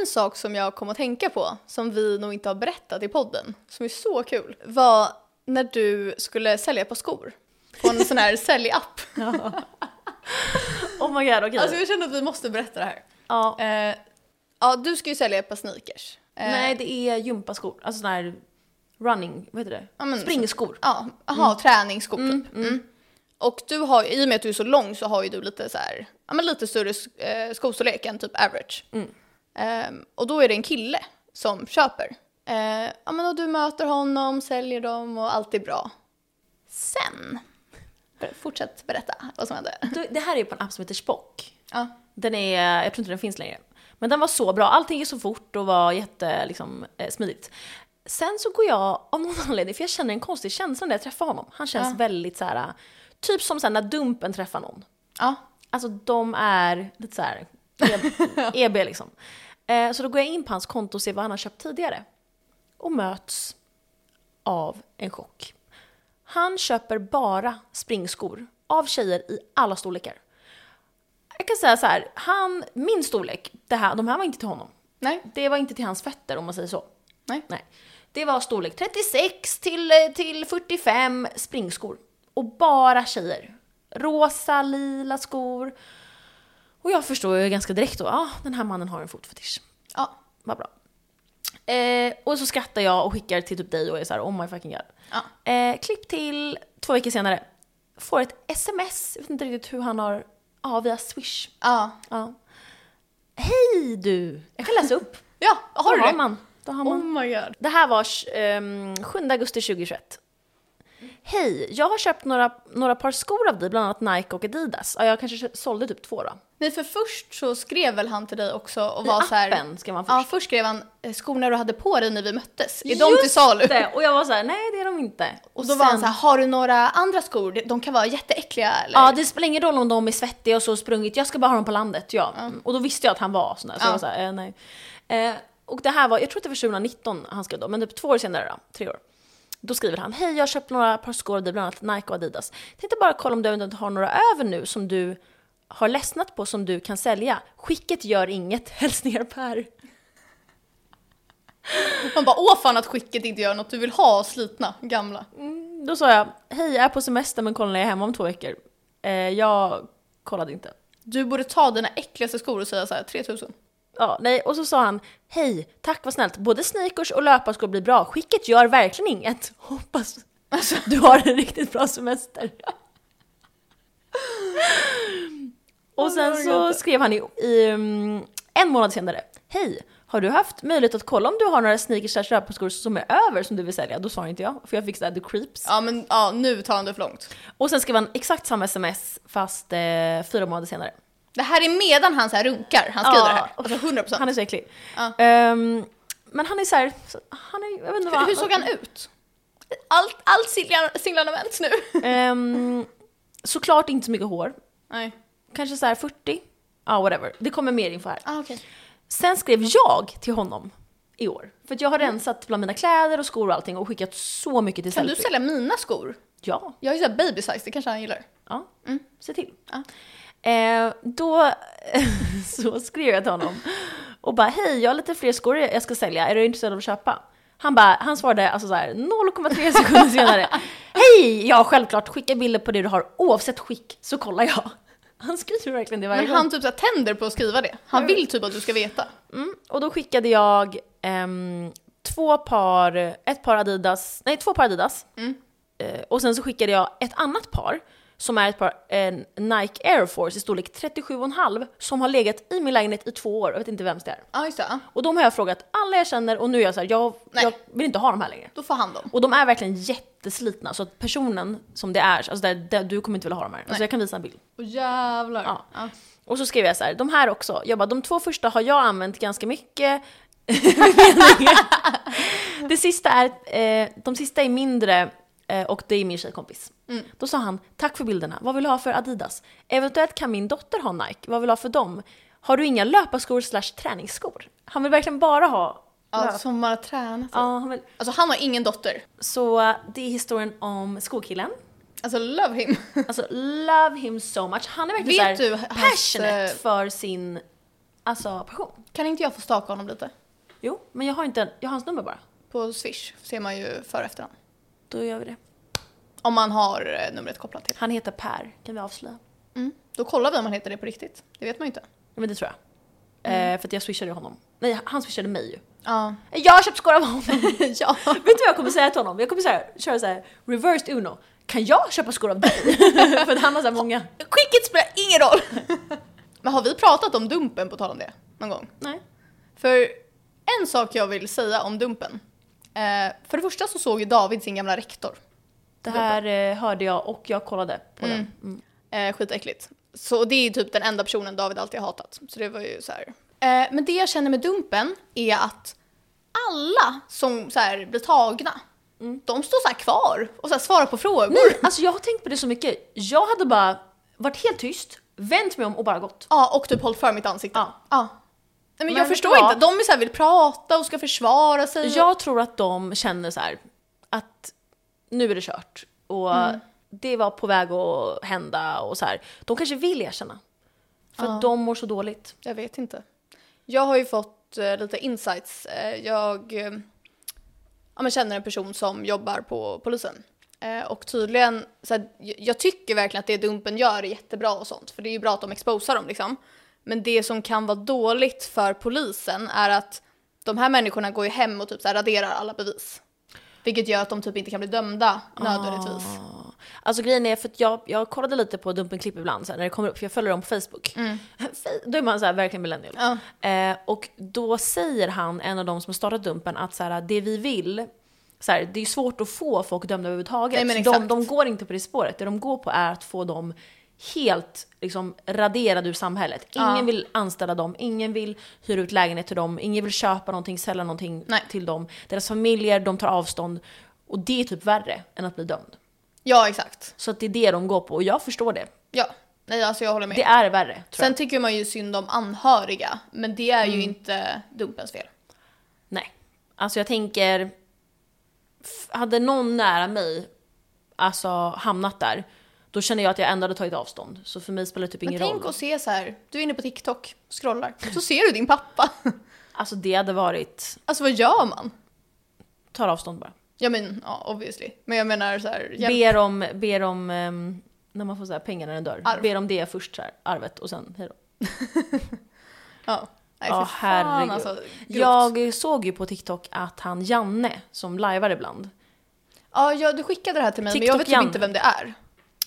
Speaker 2: En sak som jag kom att tänka på, som vi nog inte har berättat i podden, som är så kul, var när du skulle sälja på skor. På en sån *laughs* här säljapp.
Speaker 1: Oh my god, okej.
Speaker 2: Alltså jag känner att vi måste berätta det här.
Speaker 1: ja.
Speaker 2: Eh, ja, du ska ju sälja ett par sneakers. Eh,
Speaker 1: Nej, det är gympaskor. Alltså sån här running, vad heter det?
Speaker 2: Ja, men-
Speaker 1: Springskor.
Speaker 2: Ja,
Speaker 1: Mm,
Speaker 2: Mm. aha, träningsskor typ. Mm. Och du har, i och med att du är så lång så har ju du lite så här, ja ja, men lite större sk- eh, skostorlek än typ average.
Speaker 1: Mm.
Speaker 2: Ehm, och då är det en kille som köper. Eh, ja, men och du möter honom, säljer dem och allt är bra. Sen, ber- fortsätt berätta vad som hände.
Speaker 1: Du, Det här är på en app som heter Spock.
Speaker 2: Ja.
Speaker 1: Den är, jag tror inte den finns längre. Men den var så bra, allting gick så fort och var jätte, liksom, eh, smidigt. Sen så går jag av någon *laughs* anledning, för jag känner en konstig känsla när jag träffar honom. Han känns väldigt så här, typ som så här, när Dumpen träffar någon.
Speaker 2: Ja.
Speaker 1: Alltså de är lite så här E- EB liksom. Eh, så då går jag in på hans konto och ser vad han har köpt tidigare. Och möts av en chock. Han köper bara springskor av tjejer i alla storlekar. Jag kan säga så här, han, min storlek, det här, de här var inte till honom.
Speaker 2: Nej,
Speaker 1: Det var inte till hans fötter om man säger så.
Speaker 2: nej.
Speaker 1: Nej. Det var storlek 36 till, eh, till 45 springskor. Och bara tjejer. Rosa, lila skor. Och jag förstår ju ganska direkt då, ja ah, den här mannen har en fotfetisch.
Speaker 2: Ja.
Speaker 1: Vad bra. Eh, och så skrattar jag och skickar till typ dig och är så här, oh my fucking god.
Speaker 2: Ja.
Speaker 1: Eh, klipp till två veckor senare. Får ett sms, jag vet inte riktigt hur han har, ja via swish.
Speaker 2: Ja.
Speaker 1: Ja. Hej du! Jag kan läsa upp.
Speaker 2: Ja, har du
Speaker 1: då har
Speaker 2: det?
Speaker 1: man. Då har man.
Speaker 2: Oh my god.
Speaker 1: Det här var ehm, 7 augusti 2021. Hej, jag har köpt några, några par skor av dig, bland annat Nike och Adidas. Ja, jag kanske kö- sålde typ två då.
Speaker 2: Nej, för först så skrev väl han till dig också och var
Speaker 1: I
Speaker 2: så här...
Speaker 1: appen skrev man
Speaker 2: Ja,
Speaker 1: först.
Speaker 2: först skrev han eh, skorna du hade på dig när vi möttes. Är de
Speaker 1: Just
Speaker 2: till salu?
Speaker 1: det! Och jag var så här, nej det är de inte.
Speaker 2: Och då var han så här, har du några andra skor? De- De kan vara jätteäckliga eller?
Speaker 1: Ja, det spelar ingen roll om de är svettiga och så har sprungit, jag ska bara ha dem på landet. Ja. Mm. Och då visste jag att han var sån där, så jag var så här, eh, nej. Eh, och det här var, jag tror att det var 2019 han skrev då, men typ två år senare då, tre år. Då skriver han, hej jag har köpt några par skor av dig, bland annat Nike och Adidas. Tänkte bara kolla om du eventuellt har några över nu som du har ledsnat på som du kan sälja. Skicket gör inget, *laughs* hälsningar Per.
Speaker 2: Man bara, åh fan att skicket inte gör något, du vill ha slitna, gamla.
Speaker 1: Då sa jag, hej jag är på semester men kollar när jag är hemma om två veckor. Eh, jag kollade inte.
Speaker 2: Du borde ta dina äckligaste skor och säga så här, 3000.
Speaker 1: Ja, nej, och så sa han Hej, tack vad snällt. Både sneakers och löparskor blir bra. Skicket gör verkligen inget. *laughs* Hoppas du har en riktigt bra semester. och sen så skrev han i, i mm, en månad senare Hej, har du haft möjlighet att kolla om du har några sneakers slash löparskor som är över som du vill sälja? Då sa inte jag, för jag fick sådär the creeps.
Speaker 2: Ja men ja, nu tar han det för långt.
Speaker 1: Och sen skrev han exakt samma sms fast eh, fyra månader senare.
Speaker 2: Det här är medan han så här runkar, han skriver
Speaker 1: Ja,
Speaker 2: det här. Alltså 100%.
Speaker 1: Han är så äcklig.
Speaker 2: Ja.
Speaker 1: Ehm, men han är så här, så- han är, jag vet inte vad
Speaker 2: hur, hur såg han ut? Allt, allt singlar- singlarna vänds nu.
Speaker 1: Ehm, såklart inte så mycket hår.
Speaker 2: Nej.
Speaker 1: Kanske så här 40? Ja, whatever. Det kommer mer info här.
Speaker 2: Ah, okej.
Speaker 1: Sen skrev jag till honom i år. För att jag har rensat bland mina kläder och skor och allting och skickat så mycket till
Speaker 2: Mm. Kan du
Speaker 1: Sellpy.
Speaker 2: sälja mina skor?
Speaker 1: Ja.
Speaker 2: Jag har ju såhär baby size, det kanske han gillar.
Speaker 1: Ja, se till.
Speaker 2: Mm. Ja.
Speaker 1: Eh, då *laughs* så skrev jag till honom och bara hej, jag har lite fler skor jag ska sälja, är du intresserad av att köpa? Han, bara, han svarade alltså så här 0,3
Speaker 2: *laughs*
Speaker 1: sekunder senare. Hej! Ja, självklart, skicka bilder på det du har oavsett skick så kollar jag. Han skriver verkligen det varje
Speaker 2: Men
Speaker 1: gång.
Speaker 2: han typ så här tänder på att skriva det. Han vill typ att du ska veta.
Speaker 1: Mm, och då skickade jag ehm, två par, ett par Adidas, nej två par Adidas. Eh, och sen så skickade jag ett annat par som är ett par en Nike Air Force i storlek 37,5 som har legat i min lägenhet i två år, jag vet inte vems det är.
Speaker 2: Ja just det, ja.
Speaker 1: Och de har jag frågat alla jag känner och nu är jag så här, jag,
Speaker 2: Nej.
Speaker 1: jag vill inte ha de här längre.
Speaker 2: då får han dem.
Speaker 1: Och de är verkligen jätteslitna så att personen som det är, alltså där, där, du kommer inte vilja ha de här. Alltså jag kan visa en bild.
Speaker 2: Åh jävlar.
Speaker 1: Ja.
Speaker 2: Ja.
Speaker 1: Och så skrev jag så här, de här också. Jag bara, de två första har jag använt ganska mycket. *laughs* det sista är, eh, de sista är mindre eh, och det är min tjejkompis.
Speaker 2: Mm.
Speaker 1: Då sa han, tack för bilderna, vad vill du ha för Adidas? Eventuellt kan min dotter ha Nike, vad vill du ha för dem? Har du inga löparskor slash träningsskor? Han vill verkligen bara ha...
Speaker 2: Ja, som man har tränat.
Speaker 1: Ja, han vill.
Speaker 2: Alltså han har ingen dotter.
Speaker 1: Så eh, det är historien om
Speaker 2: *laughs*
Speaker 1: skokillen.
Speaker 2: Alltså love him. *laughs*
Speaker 1: Alltså love him so much. Han är verkligen
Speaker 2: Vet
Speaker 1: så här
Speaker 2: du hans,
Speaker 1: passionate
Speaker 2: eh,
Speaker 1: för sin alltså, passion.
Speaker 2: Kan inte jag få staka honom lite?
Speaker 1: Jo, men jag har inte, jag har hans nummer bara.
Speaker 2: På swish ser man ju för och efternamn.
Speaker 1: Då gör vi det.
Speaker 2: Om man har eh, numret kopplat till.
Speaker 1: Han heter Per, kan vi avslöja?
Speaker 2: Då kollar vi om han heter det på riktigt. Det vet man ju inte.
Speaker 1: Ja men det tror jag. Eh, för att jag swishade honom. Nej, han swishade mig ju.
Speaker 2: Ja. *laughs*
Speaker 1: Jag har köpt skor av honom! *laughs*
Speaker 2: ja.
Speaker 1: Vet du vad jag kommer säga till honom? Jag kommer säga, köra såhär, reversed Uno. *laughs* Kan jag köpa skor av dig? för att han har såhär många.
Speaker 2: Skicket spelar ingen roll. *laughs* Men har vi pratat om Dumpen på tal om det någon gång?
Speaker 1: Nej.
Speaker 2: För en sak jag vill säga om Dumpen. Eh, för det första så såg ju David sin gamla rektor.
Speaker 1: Det här eh, hörde jag och jag kollade på den.
Speaker 2: Eh, skitäckligt. Så det är ju typ den enda personen David alltid har hatat. Så det var ju så här. Eh, men det jag känner med Dumpen är att alla som så här blir tagna,
Speaker 1: Mm.
Speaker 2: de står så här kvar och så här svarar på frågor.
Speaker 1: Nej, alltså jag har tänkt på det så mycket. Jag hade bara varit helt tyst, vänt mig om och bara gått.
Speaker 2: Ja, och typ hållit för mitt ansikte.
Speaker 1: Ja.
Speaker 2: Nej, men,
Speaker 1: Men
Speaker 2: jag
Speaker 1: vet
Speaker 2: förstår
Speaker 1: du
Speaker 2: inte,
Speaker 1: vad?
Speaker 2: de är så här, vill prata och ska försvara sig. och-
Speaker 1: Jag tror att de känner så här att nu är det kört och det var på väg att hända och så här. De kanske vill erkänna. För att de mår så dåligt.
Speaker 2: Jag vet inte. Jag har ju fått eh, lite insights. Eh, jag eh, ja, men känner en person som jobbar på polisen. Eh, och tydligen, så här, j- jag tycker verkligen att det Dumpen gör är jättebra och sånt. För det är ju bra att de exposar dem liksom. Men det som kan vara dåligt för polisen är att de här människorna går ju hem och typ så här, raderar alla bevis. Vilket gör att de typ inte kan bli dömda nödvändigtvis.
Speaker 1: Alltså grejen är för att jag, jag kollade lite på Dumpen-klipp ibland så här, när det kommer upp, för jag följer dem på Facebook.
Speaker 2: Mm.
Speaker 1: *laughs* Fe- Då är man så här, verkligen millennial. Eh, och då säger han, en av de som startat Dumpen, att så här, det vi vill, så här, det är svårt att få folk dömda överhuvudtaget.
Speaker 2: Nej, men
Speaker 1: Så de,
Speaker 2: exakt.
Speaker 1: de går inte på det spåret, det de går på är att få dem helt liksom, raderade ur samhället. Ingen vill anställa dem, ingen vill hyra ut lägenhet till dem, ingen vill köpa någonting, sälja någonting
Speaker 2: Nej.
Speaker 1: till dem. Deras familjer, de tar avstånd. Och det är typ värre än att bli dömd.
Speaker 2: Ja, exakt.
Speaker 1: Så att det är det de går på och jag förstår det.
Speaker 2: Ja. Nej, alltså jag håller med.
Speaker 1: Det är värre. Tror
Speaker 2: Sen
Speaker 1: jag. Mm.
Speaker 2: tycker man ju synd om anhöriga, men det är ju inte Dumpens fel.
Speaker 1: Nej. Alltså jag tänker, f- hade någon nära mig alltså, hamnat där, då känner jag att jag ändå hade tagit avstånd. Så för mig spelar det typ
Speaker 2: Men
Speaker 1: ingen
Speaker 2: tänk
Speaker 1: roll.
Speaker 2: att se så här, du är inne på TikTok, scrollar, så ser du din pappa. *laughs*
Speaker 1: Alltså det hade varit,
Speaker 2: Alltså vad gör man?
Speaker 1: tar avstånd bara.
Speaker 2: Ja men, ja obviously. Men jag menar så här, hjälp.
Speaker 1: Ber om, ber om ehm, när man får så här pengar när den dör,
Speaker 2: Arv.
Speaker 1: ber om det först så här, arvet och sen hejdå.
Speaker 2: ja. Nej,
Speaker 1: Ja,
Speaker 2: fy fan,
Speaker 1: herregud.
Speaker 2: Alltså, grovt.
Speaker 1: Jag såg ju på TikTok att han Janne, som lajvar ibland,
Speaker 2: Ja, ja, du skickade det här till mig men jag vet typ
Speaker 1: TikTok-Janne.
Speaker 2: inte vem det är.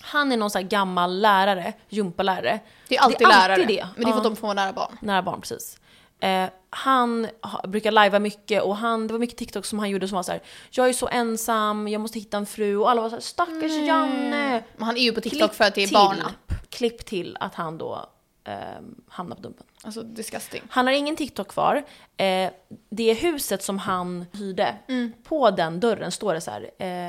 Speaker 1: han är någon så här gammal lärare, gympalärare.
Speaker 2: Det är alltid, lärare.
Speaker 1: det.
Speaker 2: Men det är för
Speaker 1: Ja.
Speaker 2: att de får vara nära barn.
Speaker 1: nära barn precis. Eh, han ha, brukar lajva mycket och han, det var mycket TikTok som han gjorde som var så här: jag är så ensam, jag måste hitta en fru och alla var såhär stackars Janne.
Speaker 2: Men han är ju på TikTok för att det är
Speaker 1: till-
Speaker 2: barnapp.
Speaker 1: Klipp till att han då ehm, hamnar på dumpen.
Speaker 2: Alltså disgusting.
Speaker 1: Han har ingen TikTok kvar. Eh, det huset som han hyrde, på den dörren står det så här,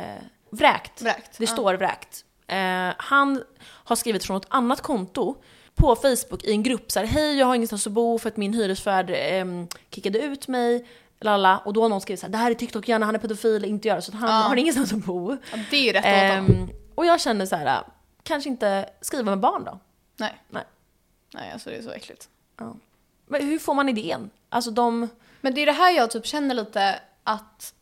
Speaker 1: eh, vräkt.
Speaker 2: Mm. Vräkt,
Speaker 1: Det
Speaker 2: ja.
Speaker 1: står vräkt. Eh, han har skrivit från ett annat konto på Facebook i en grupp så här, hej jag har ingenstans att bo för att min hyresvärd ehm, kickade ut mig. Lala. Och då har någon skrivit så här, det här är TikTok, gärna han är pedofil, inte göra så att han har ingenstans att bo.
Speaker 2: Ja, det är ju rätt åt honom.
Speaker 1: Ehm, och jag känner så här, kanske inte skriva med barn då.
Speaker 2: Nej.
Speaker 1: nej.
Speaker 2: Nej, alltså det är så äckligt.
Speaker 1: Men hur får man idén? Alltså de...
Speaker 2: Men det är det här jag typ känner lite att,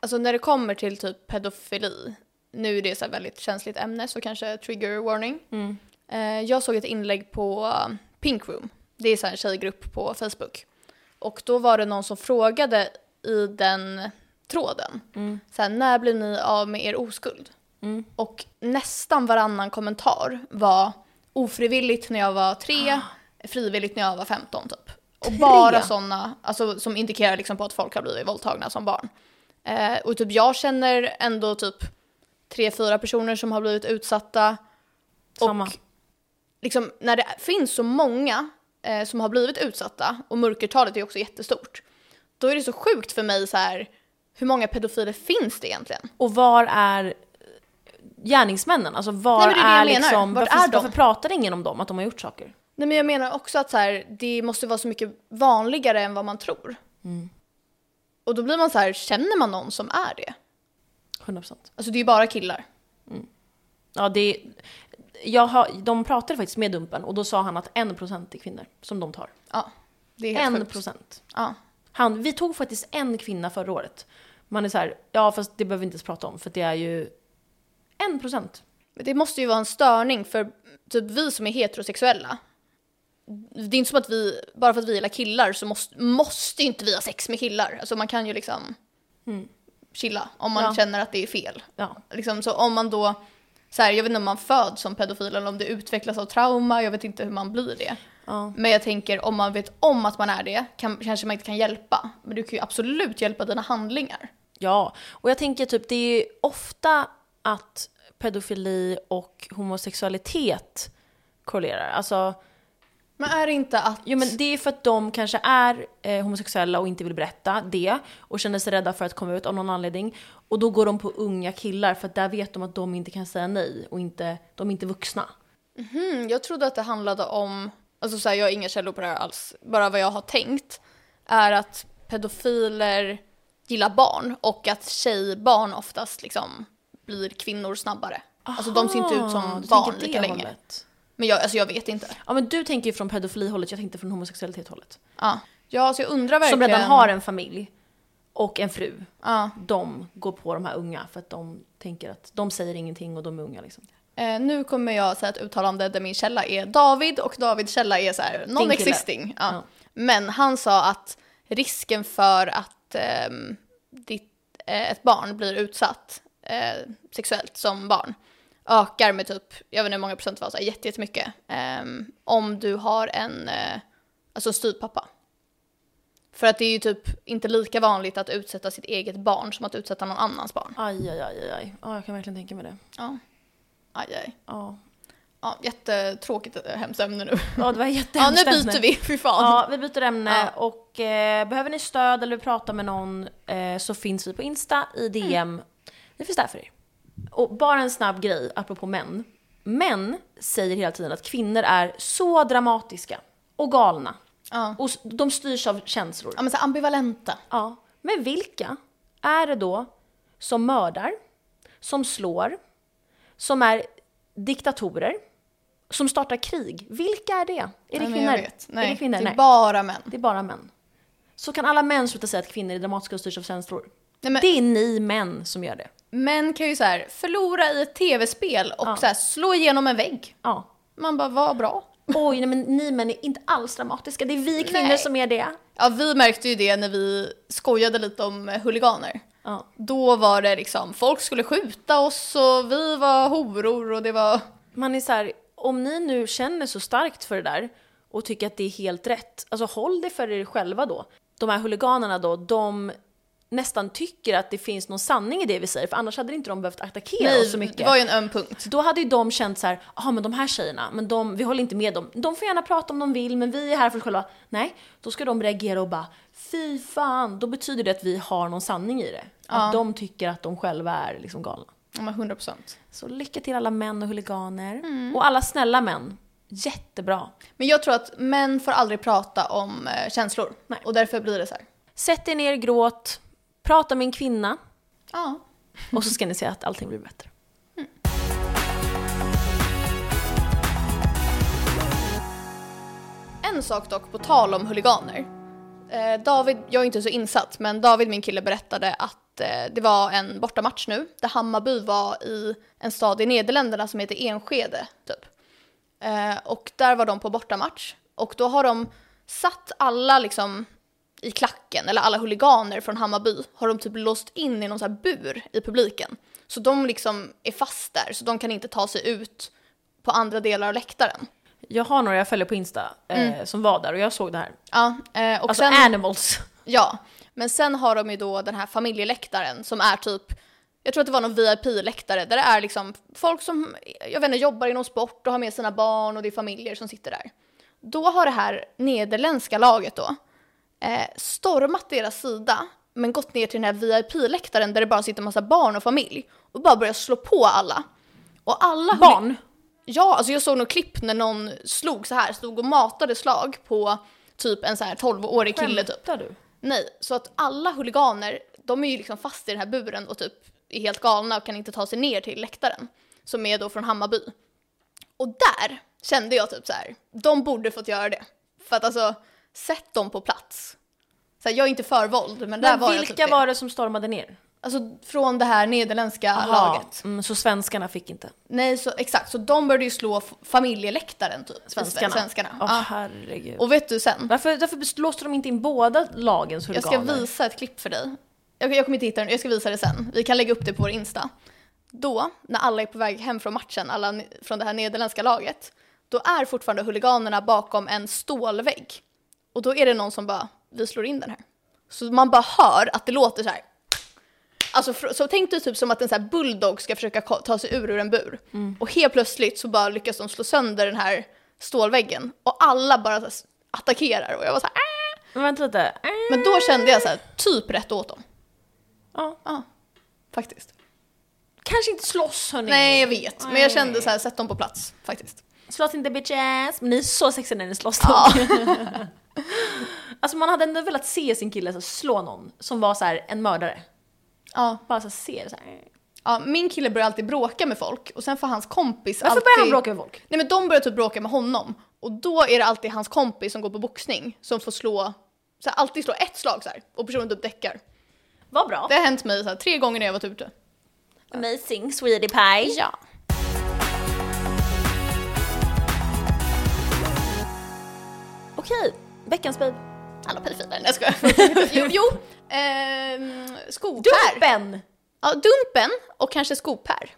Speaker 2: alltså när det kommer till typ pedofili, nu är det så här väldigt känsligt ämne så kanske trigger warning. Eh, jag såg ett inlägg på eh, Pink Room, det är så här en tjejgrupp på Facebook. Och då var det någon som frågade i den tråden,
Speaker 1: Mm.
Speaker 2: så här, när blir ni av med er oskuld? Och nästan varannan kommentar var ofrivilligt när jag var tre, frivilligt när jag var 15 typ. Och
Speaker 1: Ah. Tre?
Speaker 2: bara sådana alltså, som indikerar liksom på att folk har blivit våldtagna som barn. Eh, och typ jag känner ändå typ tre, fyra personer som har blivit utsatta.
Speaker 1: Samma.
Speaker 2: Och liksom, när det finns så många eh, som har blivit utsatta och mörkertalet är också jättestort. Då är det så sjukt för mig så här, hur många pedofiler finns det egentligen?
Speaker 1: Och var är gärningsmännen? Alltså var
Speaker 2: Nej, men det är det
Speaker 1: är
Speaker 2: jag menar.
Speaker 1: liksom,
Speaker 2: Vart
Speaker 1: varför,
Speaker 2: är de?
Speaker 1: varför pratar ingen om dem, att de har gjort saker?
Speaker 2: Nej men jag menar också att så här, det måste vara så mycket vanligare än vad man tror. Och då blir man så här, känner man någon som är det?
Speaker 1: 100%.
Speaker 2: Alltså det är ju bara killar.
Speaker 1: Ja, det jag har, de pratade faktiskt med Dumpen och då sa han att 1% är kvinnor som de tar.
Speaker 2: Ja, det är helt sjukt.
Speaker 1: 1%.
Speaker 2: Ja.
Speaker 1: Han, vi tog faktiskt en kvinna förra året. Man är så här, ja fast det behöver vi inte ens prata om för det är ju 1%.
Speaker 2: Men det måste ju vara en störning för typ vi som är heterosexuella. Det är inte som att vi, bara för att vi gillar killar så måste, måste ju inte vi ha sex med killar. Alltså man kan ju liksom chilla om man
Speaker 1: Mm. Ja.
Speaker 2: känner att det är fel.
Speaker 1: Ja.
Speaker 2: Liksom, så om man då, så här, jag vet inte om man föds som pedofil eller om det utvecklas av trauma, jag vet inte hur man blir det. Men jag tänker om man vet om att man är det kan, kanske man inte kan hjälpa. Men du kan ju absolut hjälpa dina handlingar.
Speaker 1: Ja, och jag tänker typ det är ju ofta att pedofili och homosexualitet korrelerar. Alltså,
Speaker 2: Men är det inte att...
Speaker 1: jo, men det är för att de kanske är eh, homosexuella och inte vill berätta det och känner sig rädda för att komma ut av någon anledning. Och då går de på unga killar för att där vet de att de inte kan säga nej och inte, de är inte vuxna.
Speaker 2: Mm, jag trodde att det handlade om, alltså så här, jag har inga källor på det här alls, bara vad jag har tänkt är att pedofiler gillar barn och att tjejbarn oftast liksom blir kvinnor snabbare. alltså de ser inte ut
Speaker 1: Ah,
Speaker 2: som
Speaker 1: du
Speaker 2: barn
Speaker 1: tänker det
Speaker 2: lika länge.
Speaker 1: hållet.
Speaker 2: Men jag, alltså jag vet inte.
Speaker 1: Ja men du tänker ju från pedofilihållet, jag tänkte från homosexualitet-hållet.
Speaker 2: Ja, ja så jag undrar verkligen.
Speaker 1: Som redan har en familj och en fru.
Speaker 2: Ja.
Speaker 1: de går på de här unga för att de tänker att de säger ingenting och de är unga liksom.
Speaker 2: Eh, nu kommer jag säga ett uttalande där min källa är David och Davids källa är så här non-existing. Ja.
Speaker 1: Ja.
Speaker 2: Men han sa att risken för att ehm, ditt, eh, ett barn blir utsatt eh, sexuellt som barn ökar med typ, jag vet inte hur många procent det var, så här, jätte- jättemycket. ehm, om du har en eh, alltså styvpappa. För att det är ju typ inte lika vanligt att utsätta sitt eget barn som att utsätta någon annans barn.
Speaker 1: Aj, aj, aj, aj, aj. Ja, jag kan verkligen tänka mig det.
Speaker 2: Ja, aj, aj.
Speaker 1: Ja,
Speaker 2: Ja, jättetråkigt eh, hemskt ämne nu.
Speaker 1: ja det var
Speaker 2: Ja, nu
Speaker 1: jättehemskt ämne.
Speaker 2: byter vi, fy fan.
Speaker 1: Ja, vi byter ämne
Speaker 2: Ja.
Speaker 1: och eh, behöver ni stöd eller vill prata med någon eh, så finns vi på Insta i DM. Vi Mm. finns där för er. Och bara en snabb grej apropå män. Män säger hela tiden att kvinnor är så dramatiska och galna.
Speaker 2: Ja.
Speaker 1: Och s- de styrs av känslor.
Speaker 2: Ja, men så här ambivalenta.
Speaker 1: Ja, men vilka är det då som mördar, som slår, som är diktatorer, som startar krig? Vilka är det? Är det
Speaker 2: Nej, men
Speaker 1: kvinnor?
Speaker 2: jag vet. Nej,
Speaker 1: är det kvinnor? Nej,
Speaker 2: bara män.
Speaker 1: det är bara män. Så kan alla män sluta säga att kvinnor är dramatiska och styrs av känslor?
Speaker 2: Nej, men-
Speaker 1: Det är ni män som gör det.
Speaker 2: Män kan ju så här förlora i ett tv-spel och så här slå igenom en vägg.
Speaker 1: Ja.
Speaker 2: Man bara, vad bra.
Speaker 1: Oj, nej, men ni män är inte alls dramatiska. Det är vi kvinnor
Speaker 2: Nej.
Speaker 1: som är det.
Speaker 2: Ja, vi märkte ju det när vi skojade lite om eh, huliganer.
Speaker 1: Ja.
Speaker 2: Då var det liksom, folk skulle skjuta oss och vi var horor och det var...
Speaker 1: Man är så här, om ni nu känner så starkt för det där och tycker att det är helt rätt, alltså håll det för er själva då. De här huliganerna då, de nästan tycker att det finns någon sanning i det vi säger, för annars hade inte de behövt attackera oss så mycket.
Speaker 2: det var ju en öm punkt.
Speaker 1: Då hade ju de känt så här, ja men de här tjejerna, men de, vi håller inte med dem. De får gärna prata om de vill, men vi är här för oss själva. Nej, då ska de reagera och bara, fy fan, då betyder det att vi har någon sanning i det. Att de tycker att de själva är liksom galna.
Speaker 2: Ja, men 100 procent.
Speaker 1: Så lycka till alla män och huliganer.
Speaker 2: Mm.
Speaker 1: Och alla snälla män. Jättebra.
Speaker 2: Men jag tror att män får aldrig prata om eh, känslor.
Speaker 1: Nej.
Speaker 2: Och därför blir det så här.
Speaker 1: Sätt er ner, gråt, prata med en kvinna
Speaker 2: Ja.
Speaker 1: och så ska ni se att allting blir bättre.
Speaker 2: En sak dock, på tal om huliganer. Eh, David, jag är inte så insatt, men David min kille berättade att eh, det var en bortamatch nu där Hammarby var i en stad i Nederländerna som heter Enskede, typ. Eh, och där var de på bortamatch och då har de satt alla liksom i klacken, eller alla huliganer från Hammarby, har de typ låst in i någon så här bur i publiken. Så de liksom är fast där, så de kan inte ta sig ut på andra delar av läktaren.
Speaker 1: Jag har några jag följer på Insta eh, som var där och jag såg det här.
Speaker 2: Ja, eh, och
Speaker 1: Alltså
Speaker 2: Mm. sen...
Speaker 1: animals.
Speaker 2: Ja, men sen har de ju då den här familjeläktaren som är typ, jag tror att det var någon VIP-läktare där det är liksom folk som, jag vet inte, jobbar inom sport och har med sina barn och det är familjer som sitter där. Då har det här nederländska laget då eh, stormat deras sida men gått ner till den här VIP-läktaren där det bara sitter massa barn och familj och bara börjat slå på alla. Och alla
Speaker 1: Barn.
Speaker 2: Ja, alltså jag såg något klipp när någon slog så här, stod och matade slag på typ en så här 12-årig kille typ.
Speaker 1: Skämtar du?
Speaker 2: Nej, så att alla huliganer, de är ju liksom fast i den här buren och typ är helt galna och kan inte ta sig ner till läktaren. Som är då från Hammarby. Och där kände jag typ så här, de borde fått göra det. För att alltså, sätt dem på plats. Så här, jag är inte för våld, men, där
Speaker 1: Men
Speaker 2: var jag
Speaker 1: vilka
Speaker 2: typ det.
Speaker 1: var det som stormade ner?
Speaker 2: Alltså från det här nederländska laget.
Speaker 1: Ja, Mm, så svenskarna fick inte.
Speaker 2: Nej, så exakt, så de började ju slå f- familjeläktaren typ. i Sve-
Speaker 1: Svenskarna.
Speaker 2: Svenskarna.
Speaker 1: Åh
Speaker 2: Ja.
Speaker 1: herregud.
Speaker 2: Och vet du sen?
Speaker 1: Varför, varför låste de inte in båda lagens
Speaker 2: Jag
Speaker 1: huliganer?
Speaker 2: ska visa ett klipp för dig. Jag, jag kommer inte hitta den, jag ska visa det sen. Vi kan lägga upp det på vår Insta. Då, när alla är på väg hem från matchen, alla ne- från det här nederländska laget, då är fortfarande huliganerna bakom en stålvägg. Och då är det någon som bara, vi slår in den här. Så man bara hör att det låter så här. Alltså fr- så tänk dig typ som att en så här bulldog ska försöka ko- ta sig ur ur en bur. Och helt plötsligt så bara lyckas de slå sönder den här stålväggen. Och alla bara så här s- attackerar och jag var så här, "Ah!"
Speaker 1: Men vänta lite. Äh,
Speaker 2: Men då kände jag så här, typ rätt åt dem.
Speaker 1: Ja.
Speaker 2: Ja, faktiskt.
Speaker 1: Kanske inte slåss hörni.
Speaker 2: Nej, jag vet. Men jag kände så här, sätt dem på plats faktiskt.
Speaker 1: Slåss inte bitches. Men ni är så sexiga när ni slåss dock.
Speaker 2: *laughs*
Speaker 1: alltså man hade ändå velat se sin kille så här, slå någon som var så här, en mördare.
Speaker 2: Ja.
Speaker 1: Bara så här, ser så här.
Speaker 2: ja, min kille börjar alltid bråka med folk och sen får hans kompis
Speaker 1: Varför
Speaker 2: alltid...
Speaker 1: börjar han bråka med folk?
Speaker 2: Nej men de börjar typ bråka med honom och då är det alltid hans kompis som går på boxning som får slå, så här, alltid slå ett slag så här, och personen typ däckar.
Speaker 1: Vad bra.
Speaker 2: Det har hänt mig så här, tre gånger när jag typ- varit ute.
Speaker 1: Amazing sweetie pie.
Speaker 2: Ja.
Speaker 1: Okej, veckans babe.
Speaker 2: Alla pedofiler, nej jag
Speaker 1: *laughs*
Speaker 2: skojar. jo, jo. Ehm, skopär.
Speaker 1: Dumpen!
Speaker 2: Ja, dumpen och kanske skopär.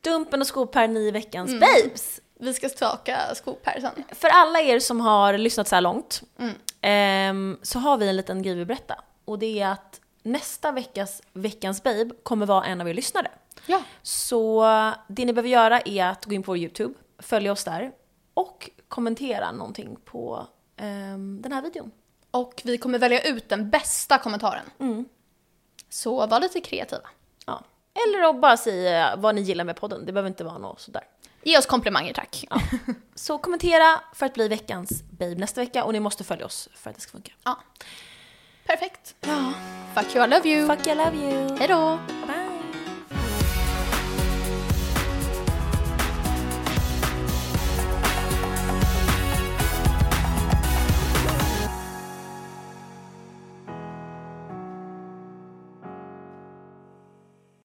Speaker 1: Dumpen och skopär, ni är veckans babes.
Speaker 2: Vi ska staka skopär sen.
Speaker 1: För alla er som har lyssnat så här långt ehm, så har vi en liten grej vi berätta. Och det är att nästa veckas veckans babe kommer vara en av er lyssnare.
Speaker 2: Ja.
Speaker 1: Så det ni behöver göra är att gå in på vår YouTube, följa oss där och kommentera någonting på ehm, den här videon.
Speaker 2: Och vi kommer välja ut den bästa kommentaren. Så var lite kreativa.
Speaker 1: Ja. Eller att bara säga vad ni gillar med podden, det behöver inte vara något sådär.
Speaker 2: Ge oss komplimanger tack. Ja.
Speaker 1: Så kommentera för att bli veckans babe nästa vecka och ni måste följa oss för att det ska funka.
Speaker 2: Perfekt. Fuck you, I love you.
Speaker 1: Fuck I love you!
Speaker 2: Hej då.
Speaker 1: Bye!